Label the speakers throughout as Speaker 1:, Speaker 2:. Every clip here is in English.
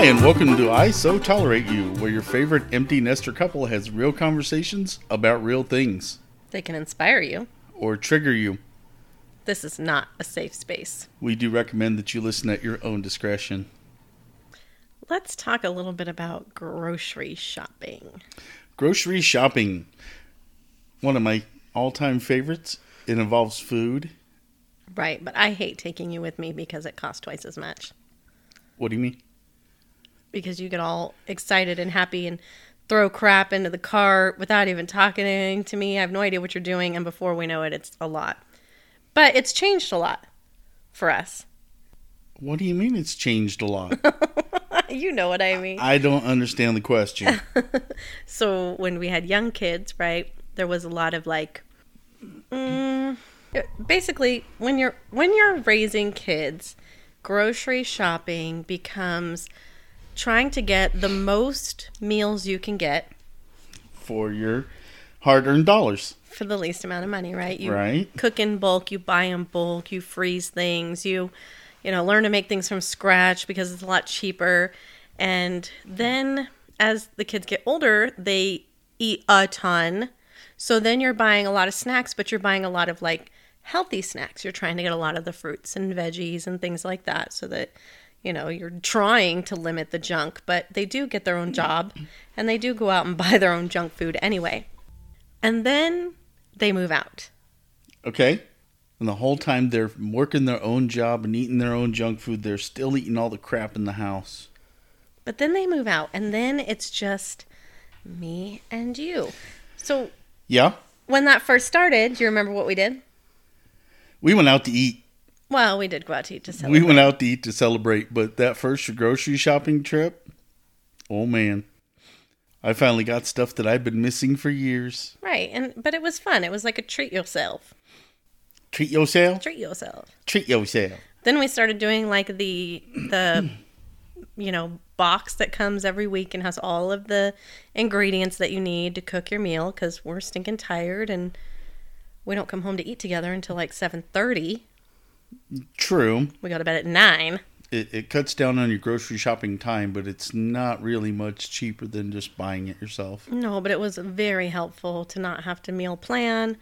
Speaker 1: and welcome to I So Tolerate You, where your favorite empty nester couple has real conversations about real things
Speaker 2: They can inspire you.
Speaker 1: or trigger you.
Speaker 2: This is not a safe space.
Speaker 1: We do recommend that you listen at your own discretion.
Speaker 2: Let's talk a little bit about grocery shopping.
Speaker 1: Grocery shopping, one of my all time favorites. It involves food.
Speaker 2: Right, but I hate taking you with me because it costs twice as much.
Speaker 1: What do you mean?
Speaker 2: Because you get all excited and happy and throw crap into the cart without even talking to me. I have no idea what you're doing, and before we know it, it's a lot. But it's changed a lot for us.
Speaker 1: What do you mean it's changed a lot?
Speaker 2: you know what I mean.
Speaker 1: I don't understand the question.
Speaker 2: So when we had young kids, right, there was a lot of like, mm, basically, when you're when you're raising kids, grocery shopping becomes trying to get the most meals you can get
Speaker 1: For your hard earned dollars,
Speaker 2: for the least amount of money, right? You
Speaker 1: right?
Speaker 2: cook in bulk, you buy in bulk, you freeze things, you you know, learn to make things from scratch because it's a lot cheaper. And then as the kids get older, they eat a ton. So then you're buying a lot of snacks, but you're buying a lot of like healthy snacks. You're trying to get a lot of the fruits and veggies and things like that so that you know, you're trying to limit the junk, but they do get their own job and they do go out and buy their own junk food anyway. And then they move out.
Speaker 1: Okay. And the whole time they're working their own job and eating their own junk food, they're still eating all the crap in the house.
Speaker 2: But then they move out, and then it's just me and you. So
Speaker 1: Yeah.
Speaker 2: when that first started, do you remember what we did?
Speaker 1: We went out to eat.
Speaker 2: Well, we did go out to eat to
Speaker 1: We
Speaker 2: celebrate.
Speaker 1: went out to eat to celebrate, but that first grocery shopping trip, oh man. I finally got stuff that I've been missing for years.
Speaker 2: right, and but it was fun. It was like a treat yourself.
Speaker 1: Treat yourself.
Speaker 2: Treat yourself.
Speaker 1: Treat yourself.
Speaker 2: Then we started doing like the the you know box that comes every week and has all of the ingredients that you need to cook your meal because we're stinking tired and we don't come home to eat together until like seven thirty.
Speaker 1: True.
Speaker 2: We go to bed at nine.
Speaker 1: It, it cuts down on your grocery shopping time, but it's not really much cheaper than just buying it yourself.
Speaker 2: No, but it was very helpful to not have to meal plan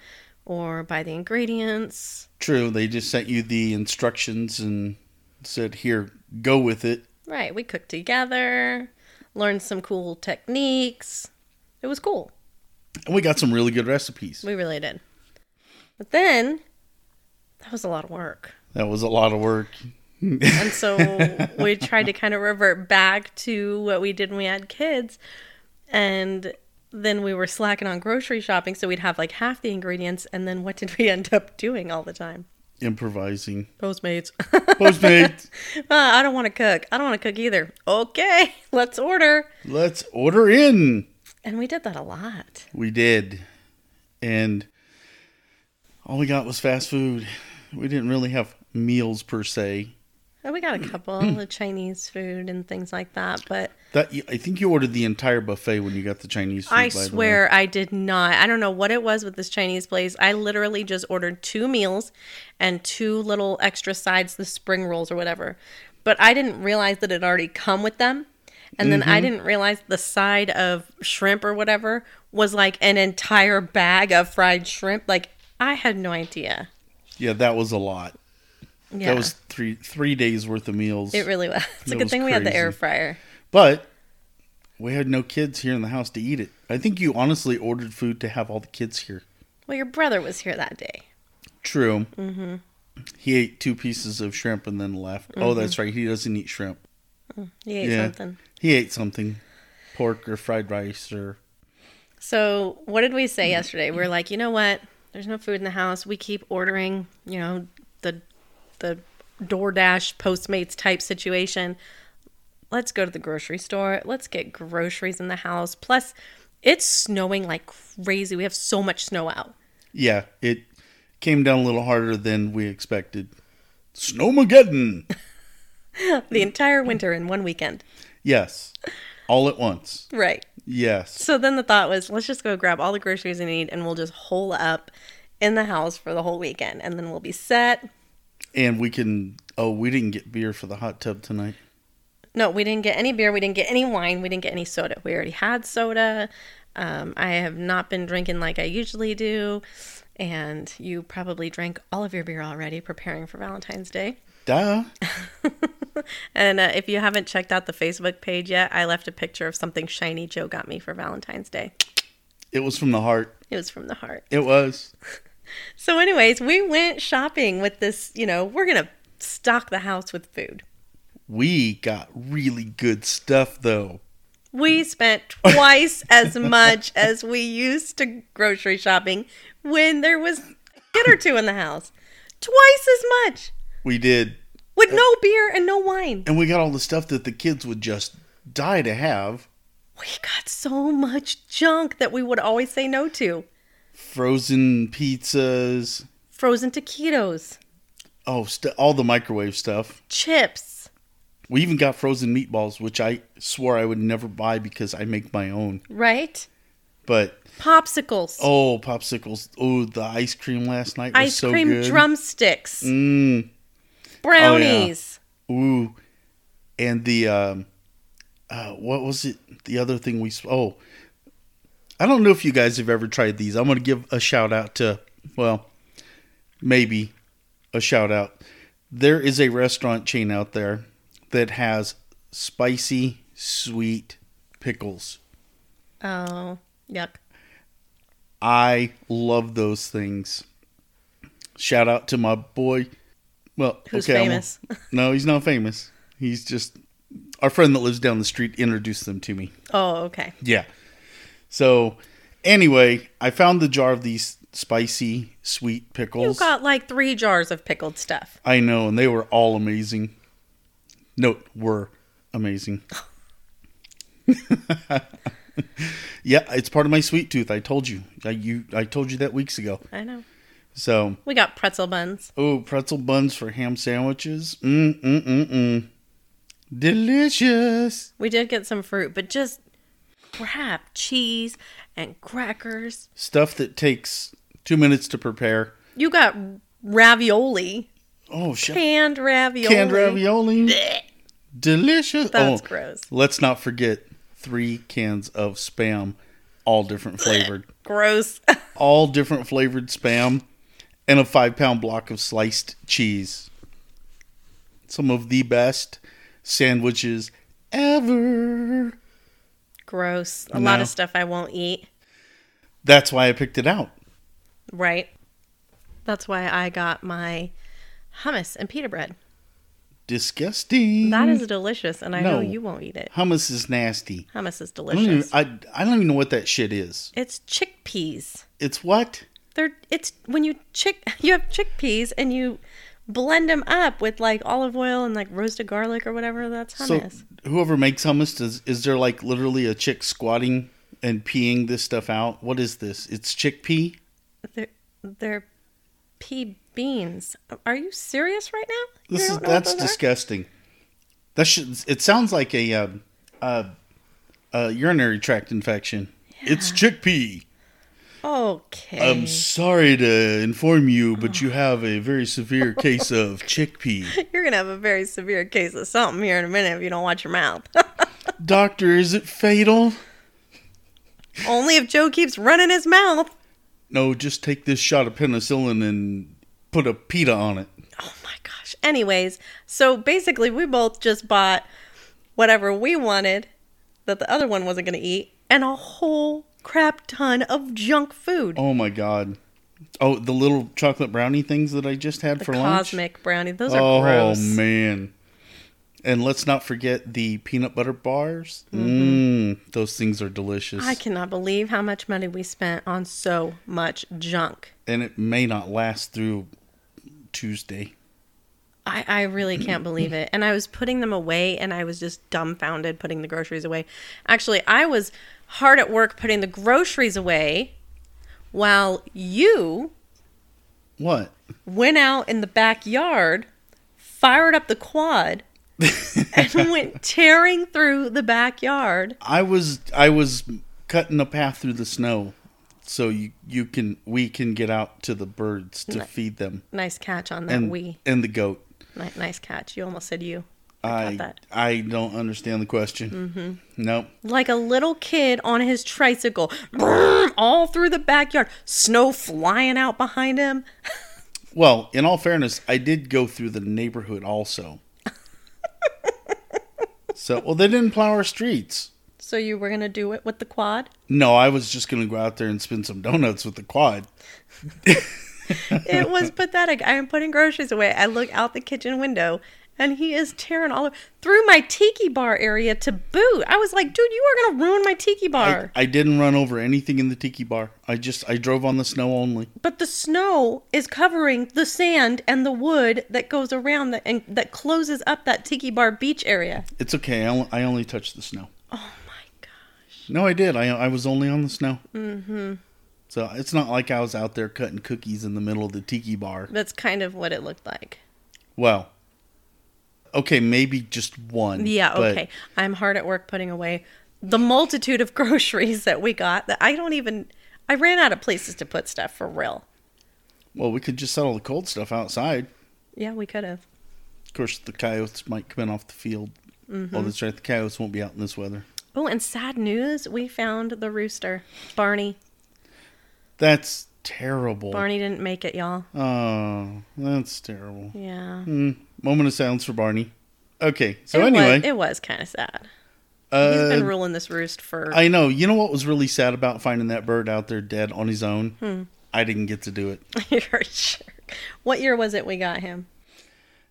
Speaker 2: or buy the ingredients.
Speaker 1: True. They just sent you the instructions and said, here, go with it.
Speaker 2: Right, we cooked together, learned some cool techniques. It was cool.
Speaker 1: And we got some really good recipes.
Speaker 2: We really did. But then that was a lot of work.
Speaker 1: That was a lot of work.
Speaker 2: And so we tried to kind of revert back to what we did when we had kids. And then we were slacking on grocery shopping, so we'd have like half the ingredients. And then what did we end up doing all the time?
Speaker 1: Improvising.
Speaker 2: Postmates.
Speaker 1: Postmates,
Speaker 2: Uh, I don't want to cook. I don't want to cook either. Okay, let's order.
Speaker 1: let's order in.
Speaker 2: And we did that a lot.
Speaker 1: We did. And all we got was fast food. We didn't really have meals per se.
Speaker 2: And we got a
Speaker 1: Mm.
Speaker 2: couple of Chinese food and things like that. But
Speaker 1: That I think you ordered the entire buffet when you got the Chinese food.
Speaker 2: I
Speaker 1: by the way.
Speaker 2: swear I did not. I don't know what it was with this Chinese place. I literally just ordered two meals and two little extra sides, the spring rolls or whatever. But I didn't realize that it had already come with them. And then
Speaker 1: Mm-hmm.
Speaker 2: I didn't realize the side of shrimp or whatever was like an entire bag of fried shrimp. Like, I had no idea.
Speaker 1: Yeah, that was a lot.
Speaker 2: Yeah.
Speaker 1: That was three three days worth of meals.
Speaker 2: It really was. It's
Speaker 1: That
Speaker 2: a good
Speaker 1: was
Speaker 2: thing we had the
Speaker 1: crazy.
Speaker 2: air fryer.
Speaker 1: but we had no kids here in the house to eat it. I think you honestly ordered food to have all the kids here.
Speaker 2: Well, your brother was here that day.
Speaker 1: True. Mm-hmm. He ate two pieces of shrimp and then left. Oh,
Speaker 2: Mm-hmm.
Speaker 1: that's right. He doesn't eat shrimp.
Speaker 2: He ate something.
Speaker 1: He ate something, pork or fried rice or
Speaker 2: So, what did we say yesterday? We were like, you know what? There's no food in the house. We keep ordering, you know, the the DoorDash Postmates type situation. Let's go to the grocery store. Let's get groceries in the house. Plus, it's snowing like crazy. We have so much snow out.
Speaker 1: yeah. It came down a little harder than we expected. Snowmageddon.
Speaker 2: The entire winter in one weekend.
Speaker 1: yes, all at once.
Speaker 2: Right.
Speaker 1: Yes,
Speaker 2: So then the thought was, let's just go grab all the groceries we need and we'll just hole up in the house for the whole weekend and then we'll be set.
Speaker 1: and we can. Oh, we didn't get beer for the hot tub tonight.
Speaker 2: No, we didn't get any beer. We didn't get any wine. We didn't get any soda. We already had soda. Um, I have not been drinking like I usually do. And you probably drank all of your beer already preparing for Valentine's Day.
Speaker 1: Duh.
Speaker 2: And uh, if you haven't checked out the Facebook page yet, I left a picture of something shiny Joe got me for Valentine's Day.
Speaker 1: It was from the heart.
Speaker 2: It was from the heart.
Speaker 1: It was.
Speaker 2: So, anyways, we went shopping with this, you know, we're going to stock the house with food.
Speaker 1: We got really good stuff though.
Speaker 2: We
Speaker 1: Mm.
Speaker 2: spent twice as much as we used to grocery shopping when there was a kid or two in the house. Twice as much
Speaker 1: We did.
Speaker 2: with no beer and no wine.
Speaker 1: And we got all the stuff that the kids would just die to have.
Speaker 2: We got so much junk that we would always say no to.
Speaker 1: Frozen pizzas.
Speaker 2: Frozen taquitos,
Speaker 1: Oh, st- all the microwave stuff.
Speaker 2: chips,
Speaker 1: We even got frozen meatballs, which I swore I would never buy because I make my own.
Speaker 2: right?
Speaker 1: But
Speaker 2: Popsicles,
Speaker 1: oh, popsicles! Oh, the ice cream last night was
Speaker 2: ice
Speaker 1: so
Speaker 2: cream
Speaker 1: good.
Speaker 2: drumsticks,
Speaker 1: Mm.
Speaker 2: brownies,
Speaker 1: Ooh, and the um, uh, what was it? The other thing we s- oh, I don't know if you guys have ever tried these. I'm gonna give a shout out to well, maybe a shout out. There is a restaurant chain out there that has spicy sweet pickles.
Speaker 2: Oh, yuck.
Speaker 1: I love those things. Shout out to my boy. Well,
Speaker 2: Who's
Speaker 1: okay, I won't-
Speaker 2: famous?
Speaker 1: No, he's not famous. He's just our friend that lives down the street introduced them to me.
Speaker 2: Oh, okay.
Speaker 1: Yeah. So, anyway, I found the jar of these spicy sweet
Speaker 2: You
Speaker 1: pickles.
Speaker 2: got like three jars of pickled stuff.
Speaker 1: I know, and they were all amazing. Note were amazing. yeah, it's part of my sweet tooth. I told you. I you I told you that weeks ago.
Speaker 2: I know.
Speaker 1: So,
Speaker 2: We got pretzel buns.
Speaker 1: Oh, pretzel buns for ham sandwiches. Mm mm mm mm. Delicious.
Speaker 2: We did get some fruit, but just crap, cheese, and crackers.
Speaker 1: Stuff that takes two minutes to prepare.
Speaker 2: You got ravioli,
Speaker 1: Oh shit.
Speaker 2: canned ravioli.
Speaker 1: Canned ravioli. Delicious.
Speaker 2: That's
Speaker 1: oh,
Speaker 2: gross.
Speaker 1: Let's not forget three cans of spam, all different flavored.
Speaker 2: Gross.
Speaker 1: all different flavored spam and a five pound block of sliced cheese. Some of the best sandwiches ever.
Speaker 2: gross. A lot
Speaker 1: No.
Speaker 2: of stuff I won't eat.
Speaker 1: That's why I picked it out.
Speaker 2: Right. That's why I got my hummus and pita bread.
Speaker 1: disgusting.
Speaker 2: That is delicious, and I know
Speaker 1: Mm-hmm. No.
Speaker 2: you won't eat it.
Speaker 1: hummus is nasty.
Speaker 2: Hummus is
Speaker 1: I don't, even,
Speaker 2: delicious.
Speaker 1: I, I don't even know what that shit is.
Speaker 2: It's chickpeas.
Speaker 1: It's what?
Speaker 2: They're it's when you chick you have chickpeas and you blend them up with like olive oil and like roasted garlic or whatever. That's hummus.
Speaker 1: So whoever makes hummus does is there like literally a chick squatting and peeing this stuff out? What is this? It's chickpea?
Speaker 2: They're they're pea beans. Are you serious right now? You
Speaker 1: This is
Speaker 2: don't know what
Speaker 1: that's
Speaker 2: those are?
Speaker 1: disgusting. That should it sounds like a uh, uh, uh, urinary tract infection. It's chickpea.
Speaker 2: Okay.
Speaker 1: I'm sorry to inform you, but
Speaker 2: Oh.
Speaker 1: you have a very severe case of chickpea.
Speaker 2: You're gonna have a very severe case of something here in a minute if you don't watch your mouth.
Speaker 1: Doctor, is it fatal?
Speaker 2: Only if Joe keeps running his mouth.
Speaker 1: No, just take this shot of penicillin and put a pita on it.
Speaker 2: Oh my gosh. Anyways, so basically, we both just bought whatever we wanted that the other one wasn't going to eat and a whole crap ton of junk food.
Speaker 1: Oh my god. Oh, the little chocolate brownie things that I just had for lunch.
Speaker 2: Cosmic brownie. Those are
Speaker 1: oh
Speaker 2: gross.
Speaker 1: man. And let's not forget the peanut butter bars. Mm, those things are delicious.
Speaker 2: Mm-hmm. I cannot believe how much money we spent on so much junk.
Speaker 1: and it may not last through Tuesday.
Speaker 2: I, I really can't believe it. And I was putting them away and I was just dumbfounded putting the groceries away. Actually, I was hard at work putting the groceries away while you
Speaker 1: What?
Speaker 2: went out in the backyard, fired up the quad, and went tearing through the backyard.
Speaker 1: I was I was cutting a path through the snow so you you can we can get out to the birds to feed them
Speaker 2: Nice catch on that
Speaker 1: and
Speaker 2: we.
Speaker 1: and the goat.
Speaker 2: Ni- nice catch. You almost said you. I
Speaker 1: I
Speaker 2: got that.
Speaker 1: I don't understand the question. Mm-hmm. Nope.
Speaker 2: Like a little kid on his tricycle, all through the backyard, snow flying out behind him.
Speaker 1: Well, in all fairness, I did go through the neighborhood also. so, well, they didn't plow our streets.
Speaker 2: So you were gonna do it with the quad?
Speaker 1: No, I was just going to go out there and spin some donuts with the quad.
Speaker 2: It was pathetic. I am putting groceries away. I look out the kitchen window, and he is tearing all over through my tiki bar area to boot. I was like, dude, you are gonna ruin my tiki
Speaker 1: I,
Speaker 2: bar.
Speaker 1: I didn't run over anything in the tiki bar. I just I drove on the snow only.
Speaker 2: but the snow is covering the sand and the wood that goes around that and that closes up that tiki bar beach area.
Speaker 1: It's okay. I only, I only touched the snow.
Speaker 2: Oh my god.
Speaker 1: No, I did. I I was only on the snow. Mm-hmm. So it's not like I was out there cutting cookies in the middle of the tiki bar.
Speaker 2: That's kind of what it looked like.
Speaker 1: Well, okay, maybe just one.
Speaker 2: Yeah,
Speaker 1: but-
Speaker 2: okay. I'm hard at work putting away the multitude of groceries that we got that I don't even I ran out of places to put stuff for real.
Speaker 1: Well, we could just settle the cold stuff outside.
Speaker 2: Yeah, we could have.
Speaker 1: Of course, the coyotes might come in off the field.
Speaker 2: Mm-hmm.
Speaker 1: Oh, that's right. The coyotes won't be out in this weather.
Speaker 2: Oh, and sad news, we found the rooster. Barney.
Speaker 1: That's terrible.
Speaker 2: Barney didn't make it, y'all.
Speaker 1: Oh, that's terrible.
Speaker 2: Yeah.
Speaker 1: Mm, moment of silence for Barney. Okay, so
Speaker 2: it
Speaker 1: anyway,
Speaker 2: was, it was kind of sad. He's
Speaker 1: uh,
Speaker 2: been ruling this roost for
Speaker 1: I know. You know what was really sad about finding that bird out there dead on his own?
Speaker 2: Hmm.
Speaker 1: I didn't get to do it.
Speaker 2: You're a jerk. What year was it we got him?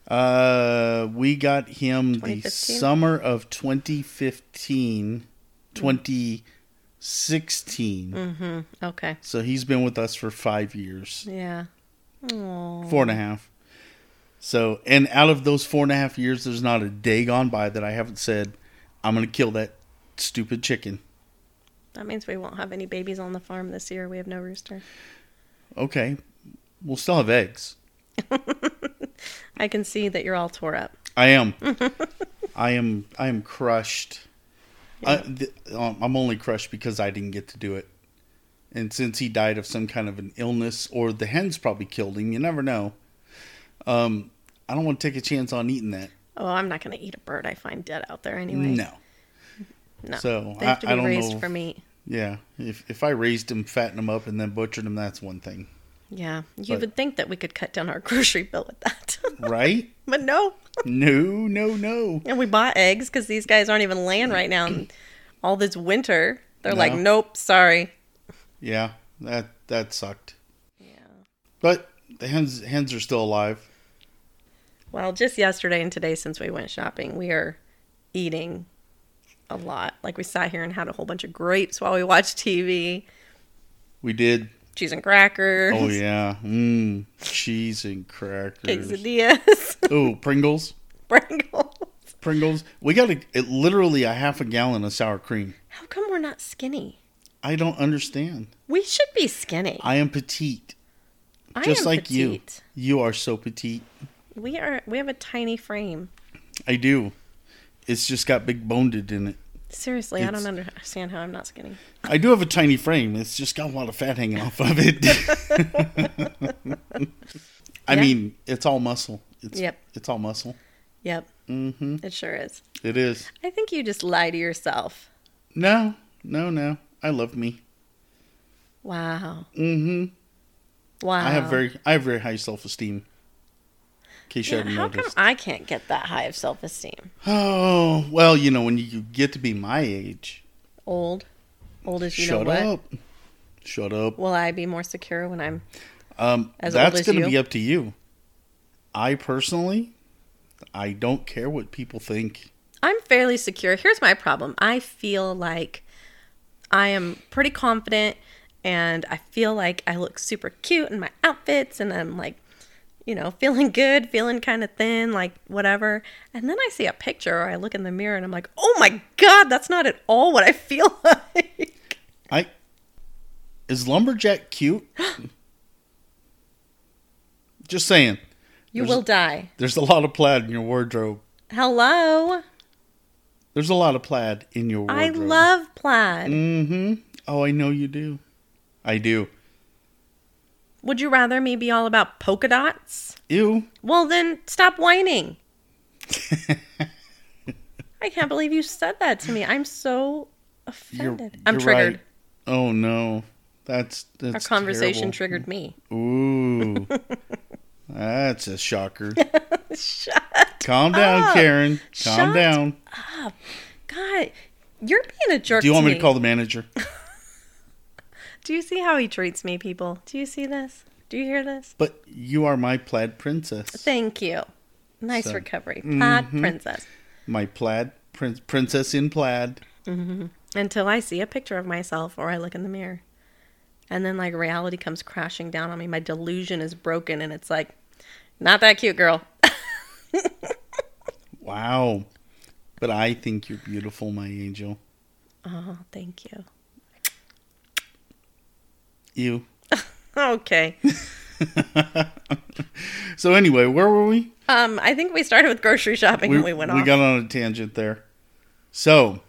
Speaker 1: Uh, we got him the
Speaker 2: 2015?
Speaker 1: summer of 2015, 2016.
Speaker 2: Okay.
Speaker 1: So he's been with us for five years,
Speaker 2: Yeah. Aw.
Speaker 1: four and a half. So, and out of those four and a half years, there's not a day gone by that I haven't said, I'm going to kill that stupid chicken.
Speaker 2: That means we won't have any babies on the farm this year. We have no rooster.
Speaker 1: Okay, we'll still have eggs.
Speaker 2: I can see that you're all tore up.
Speaker 1: I am. I am. I am crushed. I, th- um, I'm only crushed because I didn't get to do it, and since he died of some kind of an illness, or the hens probably killed him. You never know. Um, I don't want to take a chance on eating that.
Speaker 2: Oh, I'm not going to eat a bird I find dead out there anyway.
Speaker 1: No.
Speaker 2: No.
Speaker 1: So,
Speaker 2: they have to
Speaker 1: I- I
Speaker 2: be
Speaker 1: don't
Speaker 2: raised
Speaker 1: know.
Speaker 2: for meat.
Speaker 1: Yeah. If if I raised him, fattened him up, and then butchered him, that's one thing,
Speaker 2: Yeah. You
Speaker 1: But-
Speaker 2: would think that we could cut down our grocery bill with that.
Speaker 1: right?
Speaker 2: but no.
Speaker 1: no, no, no.
Speaker 2: And we bought eggs because these guys aren't even laying right now. And all this winter, they're like,
Speaker 1: No.
Speaker 2: nope, sorry.
Speaker 1: Yeah. That that sucked.
Speaker 2: Yeah.
Speaker 1: But the hens hens are still alive.
Speaker 2: Well, just yesterday and today, since we went shopping, we are eating a lot. Like we sat here and had a whole bunch of grapes while we watched TV,
Speaker 1: We did.
Speaker 2: cheese and crackers,
Speaker 1: Oh yeah, mm, cheese and crackers.
Speaker 2: quesadillas,
Speaker 1: oh, Pringles,
Speaker 2: Pringles.
Speaker 1: Pringles. We got a, it literally a half a gallon of sour cream.
Speaker 2: How come we're not skinny?
Speaker 1: I don't understand.
Speaker 2: We should be skinny.
Speaker 1: I am petite,
Speaker 2: I
Speaker 1: just
Speaker 2: am
Speaker 1: like
Speaker 2: petite.
Speaker 1: you. You are so petite.
Speaker 2: We are. We have a tiny frame.
Speaker 1: I do. It's just got big boned in it.
Speaker 2: Seriously, I
Speaker 1: It's-
Speaker 2: don't understand how I'm not skinny.
Speaker 1: I do have a tiny frame. It's just got a lot of fat hanging off of it. I
Speaker 2: Yeah.
Speaker 1: mean, it's all muscle. It's,
Speaker 2: Yep.
Speaker 1: It's all muscle.
Speaker 2: Yep. Mm-hmm. It sure is.
Speaker 1: It is.
Speaker 2: I think you just lie to yourself.
Speaker 1: No, no, no. I love me.
Speaker 2: Wow.
Speaker 1: Mm-hmm.
Speaker 2: Wow.
Speaker 1: I have very I have very high self esteem. In case you
Speaker 2: Yeah,
Speaker 1: hadn't
Speaker 2: how come
Speaker 1: noticed.
Speaker 2: I can't get that high of self esteem?
Speaker 1: Oh well, you know when you get to be my age,
Speaker 2: Old, old as you
Speaker 1: shut
Speaker 2: know what.
Speaker 1: up, shut up.
Speaker 2: Will I be more secure when I'm?
Speaker 1: Um,
Speaker 2: As old
Speaker 1: that's
Speaker 2: as
Speaker 1: going to
Speaker 2: you?
Speaker 1: be up to you. I personally, I don't care what people think.
Speaker 2: I'm fairly secure. Here's my problem. I feel like I am pretty confident, and I feel like I look super cute in my outfits, and I'm like, you know, feeling good, feeling kind of thin, like whatever. And then I see a picture, or I look in the mirror, and I'm like, oh my god, that's not at all what I feel like.
Speaker 1: I is lumberjack cute? Just saying.
Speaker 2: You
Speaker 1: There's-
Speaker 2: will die.
Speaker 1: There's a lot of plaid in your wardrobe.
Speaker 2: Hello.
Speaker 1: There's a lot of plaid in your
Speaker 2: I
Speaker 1: wardrobe.
Speaker 2: love plaid.
Speaker 1: Mm-hmm. Oh, I know you do. I do.
Speaker 2: Would you rather me be all about polka dots?
Speaker 1: Ew.
Speaker 2: Well, then stop whining. I can't believe you said that to me. I'm so offended. I'm
Speaker 1: You're
Speaker 2: triggered.
Speaker 1: right. Oh no, that's
Speaker 2: Our
Speaker 1: that's
Speaker 2: conversation
Speaker 1: terrible.
Speaker 2: triggered me.
Speaker 1: Ooh, that's a shocker.
Speaker 2: Shut
Speaker 1: Calm down,
Speaker 2: up.
Speaker 1: Karen. Calm
Speaker 2: Shut
Speaker 1: down.
Speaker 2: up. God, you're being a jerk.
Speaker 1: Do you want me to
Speaker 2: me.
Speaker 1: call the manager?
Speaker 2: Do you see how he treats me, people? Do you see this? Do you hear this?
Speaker 1: But you are my plaid princess.
Speaker 2: Thank you. Nice
Speaker 1: So- mm-hmm.
Speaker 2: recovery. Pod princess.
Speaker 1: My plaid prin- princess in plaid.
Speaker 2: Until I see a picture of myself or I look in the mirror. And then, like, reality comes crashing down on me. My delusion is broken, and it's like, not that cute, girl.
Speaker 1: Wow. But I think you're beautiful, my angel.
Speaker 2: Oh, thank you.
Speaker 1: You.
Speaker 2: Okay.
Speaker 1: So anyway, where were we?
Speaker 2: Um, I think we started with grocery shopping and we went off.
Speaker 1: got on a tangent there. So,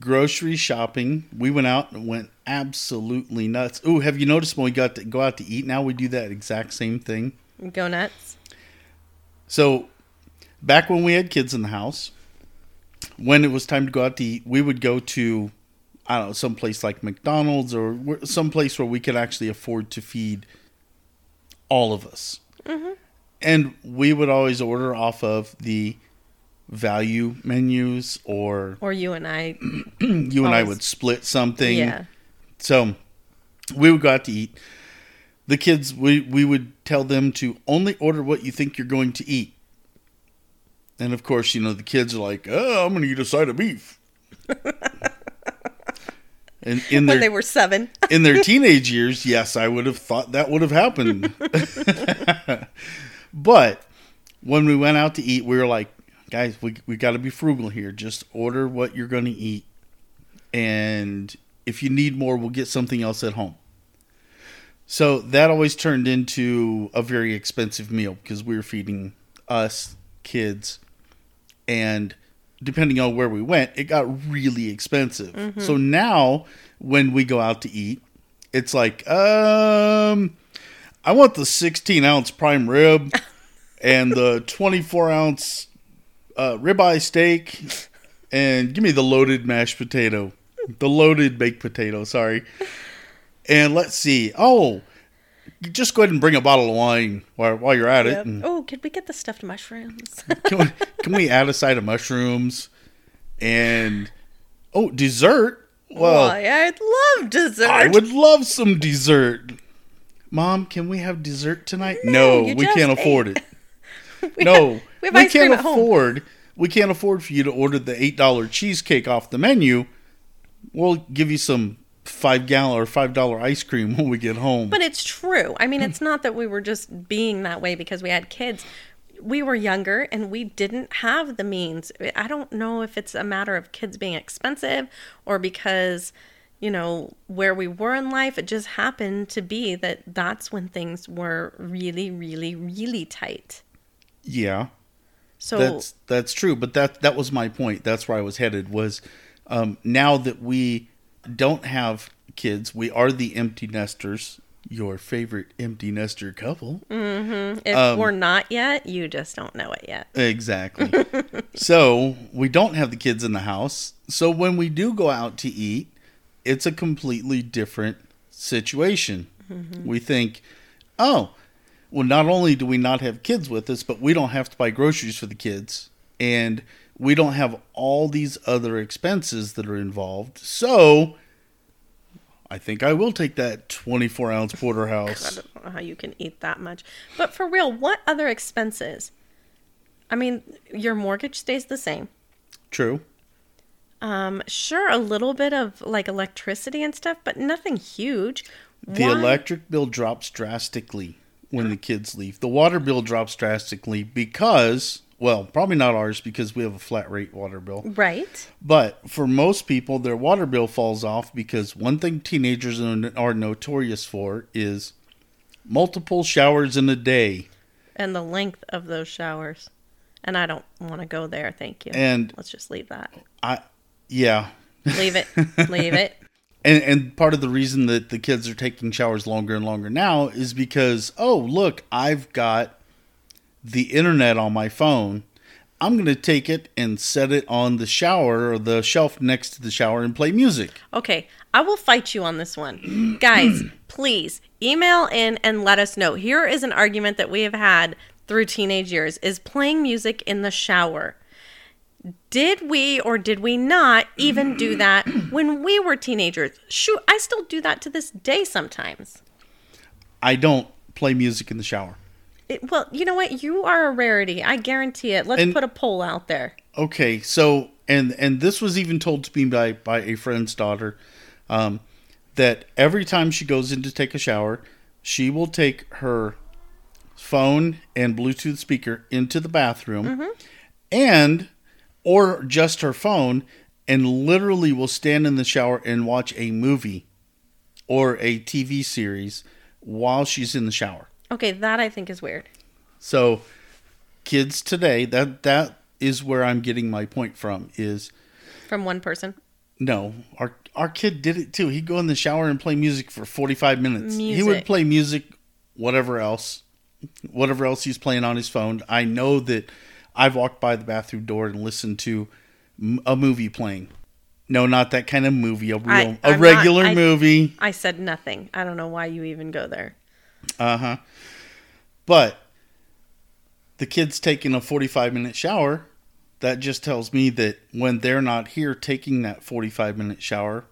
Speaker 1: grocery shopping. We went out and went absolutely nuts. Ooh, have you noticed when we got to go out to eat now, we do that exact same thing?
Speaker 2: Go nuts.
Speaker 1: So, back when we had kids in the house, when it was time to go out to eat, we would go to, I don't know, some place like McDonald's or wh- some place where we could actually afford to feed all of us. And we would always order off of the value menus or
Speaker 2: Or you and I.
Speaker 1: you and I
Speaker 2: Always.
Speaker 1: would split something.
Speaker 2: Yeah.
Speaker 1: So we would go out to eat. The kids, we, we would tell them to only order what you think you're going to eat. And of course, you know, the kids are like, oh, I'm going to eat a side of beef. and in
Speaker 2: When
Speaker 1: their,
Speaker 2: they were seven.
Speaker 1: in their teenage years, yes, I would have thought that would have happened. but when we went out to eat, we were like, guys, we, we got to be frugal here. Just order what you're going to eat. And if you need more, we'll get something else at home. So that always turned into a very expensive meal because we were feeding us kids. And depending on where we went, it got really expensive. So now when we go out to eat, it's like, um, I want the 16 ounce prime rib and the 24 ounce uh, ribeye steak, and give me the loaded mashed potato, the loaded baked potato. Sorry, and let's see. Oh, just go ahead and bring a bottle of wine while, while you're at it.
Speaker 2: Yep.
Speaker 1: and
Speaker 2: Oh, could we get the stuffed mushrooms?
Speaker 1: can, we, can we add a side of mushrooms? And oh, dessert. Well,
Speaker 2: Why, I'd love dessert.
Speaker 1: I would love some dessert. Mom, can we have dessert tonight?
Speaker 2: No,
Speaker 1: No,
Speaker 2: you
Speaker 1: we
Speaker 2: just
Speaker 1: can't
Speaker 2: ate-
Speaker 1: afford it.
Speaker 2: We
Speaker 1: No,
Speaker 2: have- we have ice cream
Speaker 1: can't
Speaker 2: at home.
Speaker 1: afford. We can't afford for you to order the eight dollar cheesecake off the menu. We'll give you some five gallon or five dollar ice cream when we get home.
Speaker 2: But it's true. I mean, it's not that we were just being that way because we had kids. We were younger and we didn't have the means. I don't know if it's a matter of kids being expensive or because, you know, where we were in life, it just happened to be that that's when things were really, really, really tight.
Speaker 1: yeah,
Speaker 2: So,
Speaker 1: that's that's true. But that that was my point. That's where I was headed. Was um, now that we don't have kids, we are the empty nesters. Your favorite empty nester couple.
Speaker 2: if we're not yet, you just don't know it yet.
Speaker 1: Exactly. so we don't have the kids in the house. So when we do go out to eat, it's a completely different situation. We think, oh, well, not only do we not have kids with us, but we don't have to buy groceries for the kids. And we don't have all these other expenses that are involved. So I think I will take that 24 ounce
Speaker 2: I
Speaker 1: porterhouse.
Speaker 2: don't know how you can eat that much. But for real, what other expenses? I mean, your mortgage stays the same.
Speaker 1: True.
Speaker 2: Um, sure, a little bit of like electricity and stuff, but nothing huge.
Speaker 1: The
Speaker 2: Why-
Speaker 1: electric bill drops drastically when the kids leave. The water bill drops drastically because, well, probably not ours because we have a flat rate water bill.
Speaker 2: right?
Speaker 1: But for most people, their water bill falls off because one thing teenagers are are notorious for is multiple showers in a day.
Speaker 2: And the length of those showers. And I don't want to go there. Thank you.
Speaker 1: And
Speaker 2: Let's just leave that.
Speaker 1: I, yeah.
Speaker 2: Leave it. leave it.
Speaker 1: And, and part of the reason that the kids are taking showers longer and longer now is because, oh, look, I've got the internet on my phone. I'm going to take it and set it on the shower or the shelf next to the shower and play music.
Speaker 2: Okay, I will fight you on this one. Guys, please email in and let us know. Here is an argument that we have had through teenage years is playing music in the shower. Did we or did we not even do that when we were teenagers? Shoot, I still do that to this day sometimes.
Speaker 1: I don't play music in the shower.
Speaker 2: It, well, you know what? You are a rarity. I guarantee it. Let's
Speaker 1: And-
Speaker 2: put a poll out there.
Speaker 1: Okay, so and and this was even told to me by by a friend's daughter um, that every time she goes in to take a shower, she will take her phone and Bluetooth speaker into the bathroom, and or just her phone, and literally will stand in the shower and watch a movie or a TV series while she's in the shower.
Speaker 2: Okay, that I think is weird.
Speaker 1: So kids today, that that is where I'm getting my point from is
Speaker 2: From one person.
Speaker 1: no, our our kid did it too. He'd go in the shower and play music for 45 minutes. He would
Speaker 2: Music.
Speaker 1: play music whatever else whatever else he's playing on his phone. I know that I've walked by the bathroom door and listened to m- a movie playing. No, not that kind of movie. A
Speaker 2: I-
Speaker 1: real, a
Speaker 2: I'm not-
Speaker 1: regular
Speaker 2: I-
Speaker 1: movie.
Speaker 2: I said nothing. I don't know why you even go there.
Speaker 1: Uh huh. But the kid's taking a 45 minute shower. That just tells me that when they're not here taking that 45 minute shower,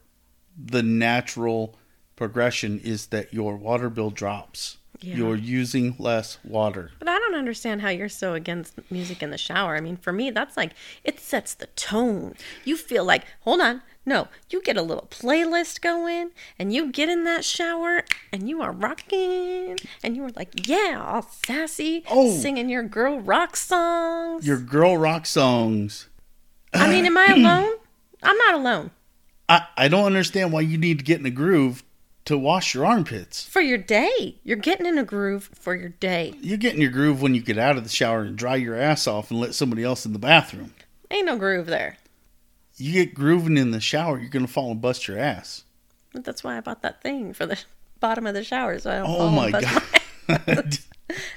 Speaker 1: the natural progression is that your water bill drops.
Speaker 2: Yeah.
Speaker 1: You're using less water.
Speaker 2: But I don't understand how you're so against music in the shower. I mean, for me, that's like it sets the tone. You feel like, hold on, no, you get a little playlist going, and you get in that shower, and you are rocking, and you are like, yeah, all sassy,
Speaker 1: Oh.
Speaker 2: singing your girl rock songs.
Speaker 1: Your girl rock songs.
Speaker 2: I mean, am I alone? I'm not alone.
Speaker 1: I, I don't understand why you need to get in a groove to wash your armpits.
Speaker 2: For your day, you're getting in a groove for your day.
Speaker 1: You get in your groove when you get out of the shower and dry your ass off and let somebody else in the bathroom.
Speaker 2: Ain't no groove there.
Speaker 1: you get grooving in the shower, you're gonna fall and bust your ass.
Speaker 2: But that's why I bought that thing for the bottom of the shower, so I don't. fall
Speaker 1: Oh
Speaker 2: and
Speaker 1: my
Speaker 2: bust
Speaker 1: god.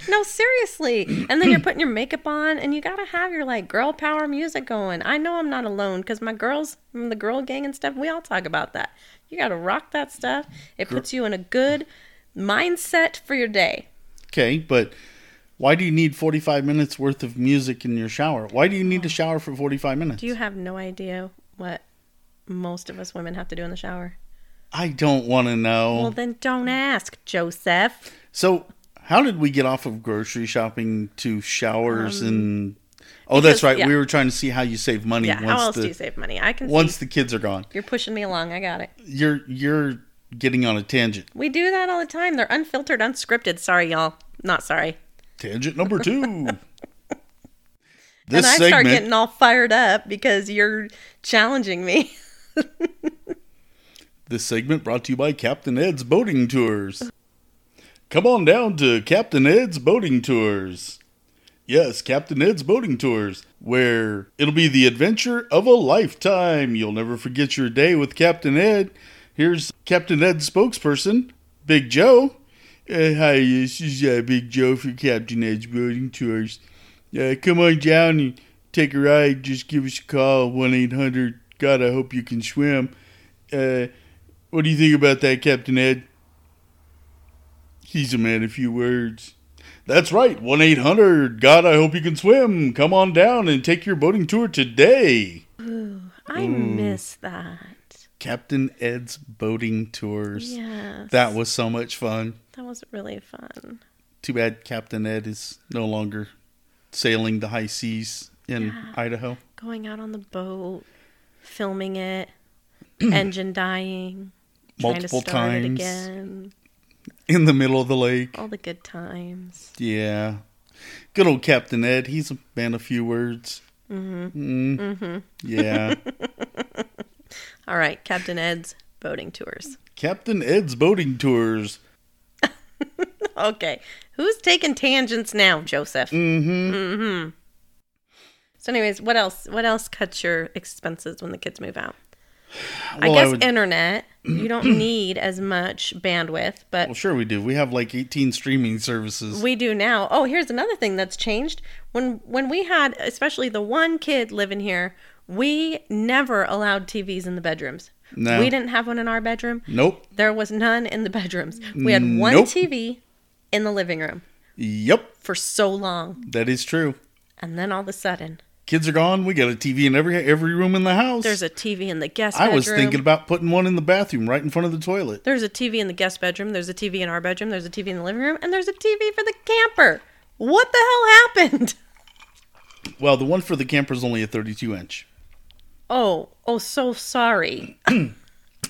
Speaker 2: No, seriously. And then you're putting your makeup on, and you gotta have your like girl power music going. I know I'm not alone because my girls from the girl gang and stuff, we all talk about that. You gotta rock that stuff. It puts you in a good mindset for your day.
Speaker 1: okay, but why do you need 45 minutes worth of music in your shower? Why do you need to shower for 45 minutes?
Speaker 2: Do you have no idea what most of us women have to do in the shower?
Speaker 1: I don't want to know.
Speaker 2: Well, then don't ask, Joseph.
Speaker 1: so, how did we get off of grocery shopping to showers and Oh, that's
Speaker 2: Um, because-
Speaker 1: right.
Speaker 2: yeah.
Speaker 1: We were trying to see how you save money
Speaker 2: Yeah, how
Speaker 1: once
Speaker 2: else do you
Speaker 1: the
Speaker 2: save money? I can
Speaker 1: once
Speaker 2: see.
Speaker 1: the kids are gone.
Speaker 2: You're pushing me along. I got it.
Speaker 1: You're you're getting on a tangent.
Speaker 2: We do that all the time. They're unfiltered, unscripted. Sorry, y'all. Not sorry.
Speaker 1: Tangent number 2.
Speaker 2: and I start getting all fired up because you're challenging me.
Speaker 1: This segment brought to you by Captain Ed's Boating Tours. Come on down to Captain Ed's Boating Tours. Yes, Captain Ed's Boating Tours, where it'll be the adventure of a lifetime. You'll never forget your day with Captain Ed. Here's Captain Ed's spokesperson, Big Joe. Uh, hi, this is uh, Big Joe for Captain Ed's Boating Tours. Uh, come on down and take a ride. Just give us a call, 1 800. God, I hope you can swim. Uh, what do you think about that, Captain Ed? He's a man of few words. That's right, 1 800. God, I hope you can swim. Come on down and take your boating tour today.
Speaker 2: I
Speaker 1: Mm.
Speaker 2: miss that.
Speaker 1: Captain Ed's Boating Tours.
Speaker 2: Yes.
Speaker 1: That was so much fun.
Speaker 2: that was really fun.
Speaker 1: Too bad Captain Ed is no longer sailing the high seas in Idaho.
Speaker 2: Going out on the boat, filming it, engine dying,
Speaker 1: Multiple
Speaker 2: trying to start it
Speaker 1: times.
Speaker 2: again,
Speaker 1: In the middle of the lake.
Speaker 2: all the good times.
Speaker 1: Yeah. Good old Captain Ed. He's a man of few words. Mm-hmm. Mm. hmm Yeah.
Speaker 2: All right, Captain Ed's boating tours.
Speaker 1: Captain Ed's boating tours.
Speaker 2: Okay, who's taking tangents now, Joseph?
Speaker 1: Mm-hmm.
Speaker 2: So, anyways, what else? What else cuts your expenses when the kids move out?
Speaker 1: Well, I
Speaker 2: I guess
Speaker 1: would-
Speaker 2: internet, you don't need as much bandwidth, but
Speaker 1: Well, sure we do. We have like 18 streaming services.
Speaker 2: we do now. Oh, here's another thing that's changed. When when we had especially the one kid living here, we never allowed TVs in the bedrooms.
Speaker 1: No.
Speaker 2: We didn't have one in our bedroom.
Speaker 1: nope.
Speaker 2: There was none in the bedrooms. We had one
Speaker 1: Mm, Nope.
Speaker 2: TV in the living room
Speaker 1: Yep.
Speaker 2: for so long.
Speaker 1: That is true.
Speaker 2: And then all of a sudden,
Speaker 1: Kids are gone. We got a TV in every every room in the house.
Speaker 2: there's a TV in the guest
Speaker 1: I
Speaker 2: bedroom.
Speaker 1: was thinking about putting one in the bathroom right in front of the toilet.
Speaker 2: There's a TV in the guest bedroom. There's a TV in our bedroom. There's a TV in the living room. And there's a TV for the camper. What the hell happened?
Speaker 1: Well, the one for the camper's only a 32 inch.
Speaker 2: Oh, oh, so sorry.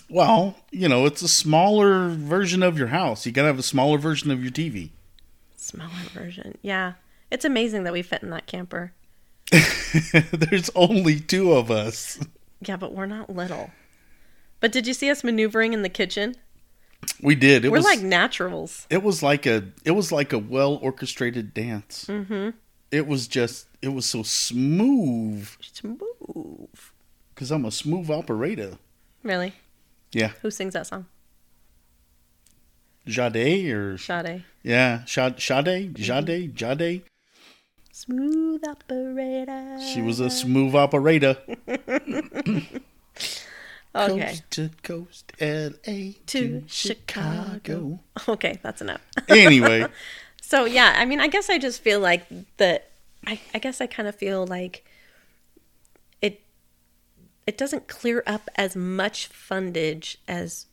Speaker 1: Well, you know, it's a smaller version of your house. You got to have a smaller version of your TV.
Speaker 2: Smaller version. Yeah. It's amazing that we fit in that camper.
Speaker 1: There's only two of us.
Speaker 2: Yeah, but we're not little. But did you see us maneuvering in the kitchen?
Speaker 1: We did. It
Speaker 2: We're
Speaker 1: was
Speaker 2: like naturals.
Speaker 1: it was like a it was like a well orchestrated dance. Mm-hmm. It was just it was so smooth
Speaker 2: Just move.
Speaker 1: because I'm a smooth operator.
Speaker 2: Really?
Speaker 1: Yeah,
Speaker 2: Who sings that song?
Speaker 1: Jade or
Speaker 2: Sade.
Speaker 1: yeah, Sade, Sade,
Speaker 2: Mm-hmm.
Speaker 1: Jade, Jade.
Speaker 2: Smooth operator.
Speaker 1: She was a smooth operator.
Speaker 2: Okay.
Speaker 1: Coast to coast, L.A.
Speaker 2: To
Speaker 1: to Chicago.
Speaker 2: Okay, that's enough.
Speaker 1: anyway,
Speaker 2: So yeah, I mean, I guess I just feel like that. I, I guess I kind of feel like it. It doesn't clear up as much fundage as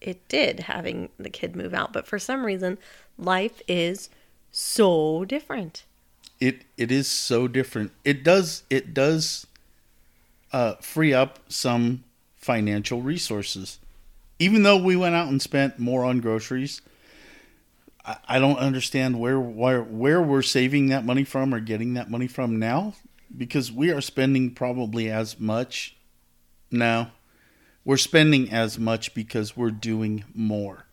Speaker 2: it did having the kid move out, but for some reason, life is so different.
Speaker 1: it it is so different. It does it does uh, free up some financial resources. Even though we went out and spent more on groceries, I, I don't understand where where where we're saving that money from or getting that money from now because we are spending probably as much now. We're spending as much because we're doing more.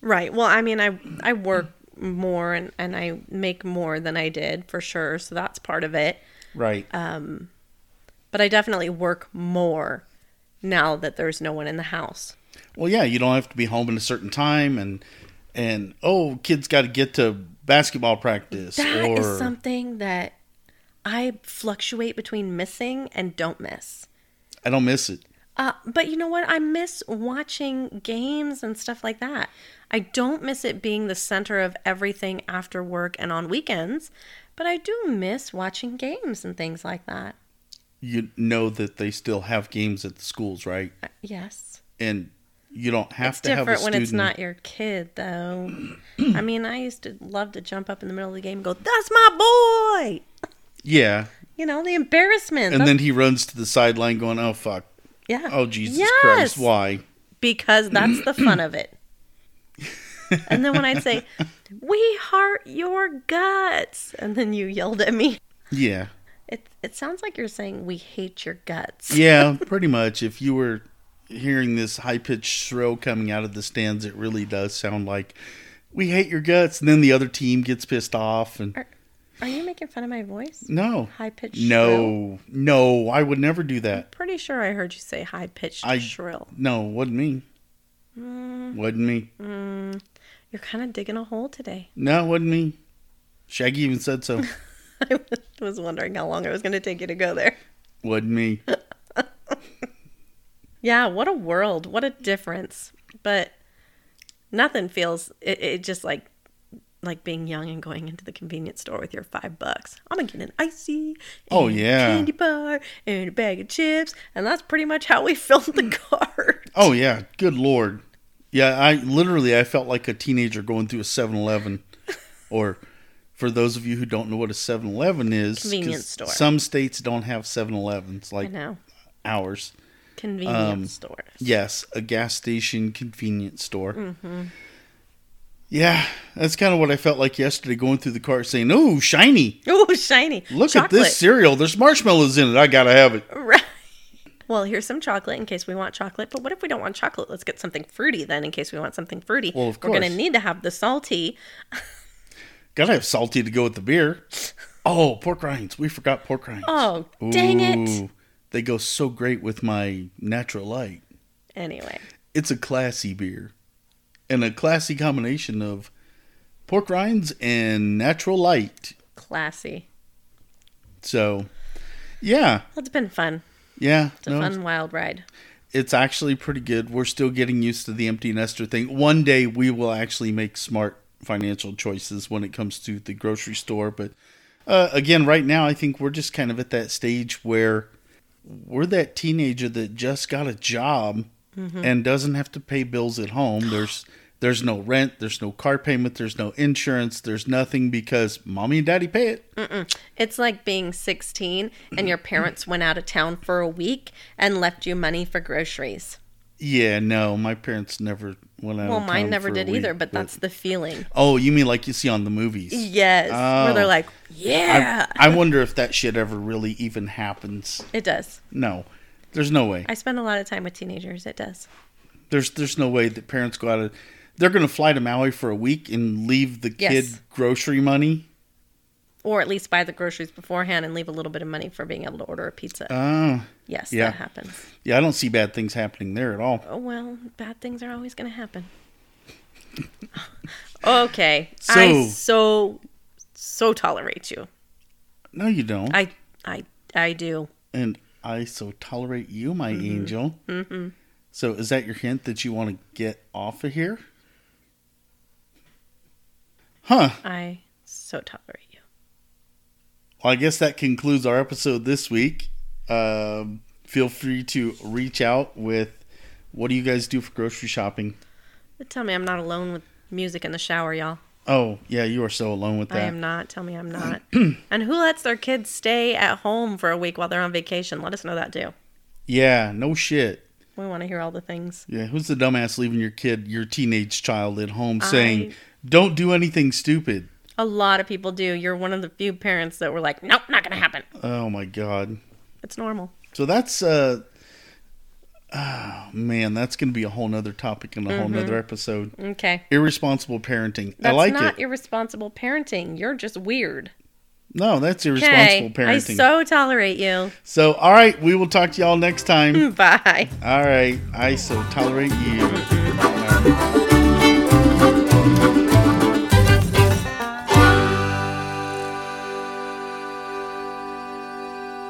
Speaker 2: Right. Well, I mean, I I work more and and I make more than I did for sure, so that's part of it.
Speaker 1: Right.
Speaker 2: But I definitely work more now that there's no one in the house.
Speaker 1: Well, yeah, you don't have to be home at a certain time, and and oh, kids got to get to basketball practice
Speaker 2: That
Speaker 1: or
Speaker 2: is something that I fluctuate between missing and don't miss.
Speaker 1: I don't miss it.
Speaker 2: Uh, but you know what? I miss watching games and stuff like that. I don't miss it being the center of everything after work and on weekends, but I do miss watching games and things like that.
Speaker 1: You know that they still have games at the schools, right?
Speaker 2: Uh, Yes.
Speaker 1: And you don't have
Speaker 2: It's
Speaker 1: to have a
Speaker 2: different when
Speaker 1: student.
Speaker 2: it's not your kid, though. I mean, I used to love to jump up in the middle of the game and go, That's my boy!
Speaker 1: Yeah,
Speaker 2: You know, the embarrassment.
Speaker 1: and
Speaker 2: That's-
Speaker 1: then he runs to the sideline going, "Oh fuck!
Speaker 2: yeah.
Speaker 1: Oh Jesus
Speaker 2: Yes!
Speaker 1: Christ! Why?"
Speaker 2: because that's the fun of it. And then when I'd say, "We heart your guts," and then you yelled at me,
Speaker 1: Yeah,
Speaker 2: it it sounds like you're saying we hate your guts.
Speaker 1: yeah, pretty much. If you were hearing this high pitched shrill coming out of the stands, it really does sound like we hate your guts, and then the other team gets pissed off and.
Speaker 2: Are, are you making fun of my voice?
Speaker 1: No.
Speaker 2: High pitched.
Speaker 1: No, no, I would never do that.
Speaker 2: Pretty sure I heard you say high pitched
Speaker 1: I-
Speaker 2: shrill.
Speaker 1: No, wasn't me.
Speaker 2: Mm.
Speaker 1: Wasn't me.
Speaker 2: Hmm. You're kind of digging a hole today.
Speaker 1: No, wasn't me. Shaggy even said so.
Speaker 2: I was wondering how long it was going to take you to go there.
Speaker 1: wasn't me.
Speaker 2: Yeah, what a world. What a difference. But nothing feels it, it just like like being young and going into the convenience store with your five bucks. I'm gonna get an icy and
Speaker 1: Oh, yeah.
Speaker 2: a candy bar and a bag of chips and that's pretty much how we filled
Speaker 1: Mm.
Speaker 2: the cart.
Speaker 1: Oh yeah, good lord. Yeah, I literally I felt like a teenager going through a 7-Eleven or for those of you who don't know what a 7-Eleven is, 'cause
Speaker 2: Convenience store.
Speaker 1: Some states don't have 7-Elevens
Speaker 2: I
Speaker 1: like um,
Speaker 2: know.
Speaker 1: ours.
Speaker 2: Convenience stores.
Speaker 1: Yes, a gas station convenience store.
Speaker 2: Mm-hmm.
Speaker 1: Yeah, that's kind of what I felt like yesterday going through the cart saying, "Oh, shiny.
Speaker 2: Oh, shiny.
Speaker 1: Look
Speaker 2: chocolate.
Speaker 1: at this cereal. There's marshmallows in it. I got to have it."
Speaker 2: Right. Well, here's some chocolate in case we want chocolate. But what if we don't want chocolate? Let's get something fruity then in case we want something fruity.
Speaker 1: Well, of
Speaker 2: We're going
Speaker 1: course.
Speaker 2: to need to have the salty.
Speaker 1: Got to have salty to go with the beer. Oh, pork rinds. We forgot pork rinds.
Speaker 2: Oh, dang it.
Speaker 1: Ooh, They go so great with my natural light.
Speaker 2: Anyway,
Speaker 1: It's a classy beer, and a classy combination of pork rinds and natural light.
Speaker 2: classy.
Speaker 1: So, yeah,
Speaker 2: It's been fun.
Speaker 1: yeah,
Speaker 2: It's a fun wild ride.
Speaker 1: it's actually pretty good. We're still getting used to the empty nester thing. One day we will actually make smart financial choices when it comes to the grocery store. But uh, again, right now, I think we're just kind of at that stage where we're that teenager that just got a job
Speaker 2: Mm-hmm.
Speaker 1: and doesn't have to pay bills at home. There's there's no rent, there's no car payment, there's no insurance, there's nothing because mommy and daddy pay it.
Speaker 2: It's like being 16 and your parents went out of town for a week and left you money for groceries.
Speaker 1: Yeah, no, my parents never went out.
Speaker 2: Well,
Speaker 1: of
Speaker 2: mine
Speaker 1: town
Speaker 2: never
Speaker 1: for a
Speaker 2: did
Speaker 1: week,
Speaker 2: either, but that's the feeling.
Speaker 1: oh, you mean like you see on the movies?
Speaker 2: Yes. Where
Speaker 1: Oh.
Speaker 2: they're like,
Speaker 1: I-
Speaker 2: yeah.
Speaker 1: I wonder if that shit ever really even happens.
Speaker 2: it does.
Speaker 1: No, there's no way.
Speaker 2: I spend a lot of time with teenagers. It does.
Speaker 1: There's there's no way that parents go out of. They're gonna fly to Maui for a week and leave the
Speaker 2: Yes.
Speaker 1: kid grocery money.
Speaker 2: Or at least buy the groceries beforehand and leave a little bit of money for being able to order a pizza.
Speaker 1: Uh,
Speaker 2: yes,
Speaker 1: yeah.
Speaker 2: that happens.
Speaker 1: yeah, I don't see bad things happening there at all.
Speaker 2: Oh, well, bad things are always going to happen. okay.
Speaker 1: So-
Speaker 2: I so, so tolerate you.
Speaker 1: No, you don't.
Speaker 2: I, I, I do.
Speaker 1: and I so tolerate you, my angel. Mm-hmm. So is that your hint that you want to get off of here? Huh.
Speaker 2: I so tolerate you.
Speaker 1: Well, I guess that concludes our episode this week. Um, feel free to reach out with what do you guys do for grocery shopping?
Speaker 2: But Tell me I'm not alone with music in the shower, y'all.
Speaker 1: Oh, yeah, you are so alone with
Speaker 2: I
Speaker 1: that.
Speaker 2: am not. Tell me I'm not. and who lets their kids stay at home for a week while they're on vacation? Let us know that too.
Speaker 1: Yeah, no shit.
Speaker 2: We want to hear all the things.
Speaker 1: Yeah, who's the dumbass leaving your kid, your teenage child at home
Speaker 2: I-
Speaker 1: saying, don't do anything stupid?
Speaker 2: A lot of people do. You're one of the few parents that were like, nope, not going to happen.
Speaker 1: Oh my God.
Speaker 2: It's normal.
Speaker 1: So that's, uh, oh man, that's going to be a whole nother topic and a whole nother episode.
Speaker 2: Okay.
Speaker 1: Irresponsible parenting.
Speaker 2: Mm-hmm. That's
Speaker 1: I like
Speaker 2: not
Speaker 1: it.
Speaker 2: irresponsible parenting. You're just weird.
Speaker 1: no, that's irresponsible
Speaker 2: Okay. I
Speaker 1: parenting.
Speaker 2: so tolerate you.
Speaker 1: So, all right, we will talk to y'all next time.
Speaker 2: Bye.
Speaker 1: All right, I so tolerate you.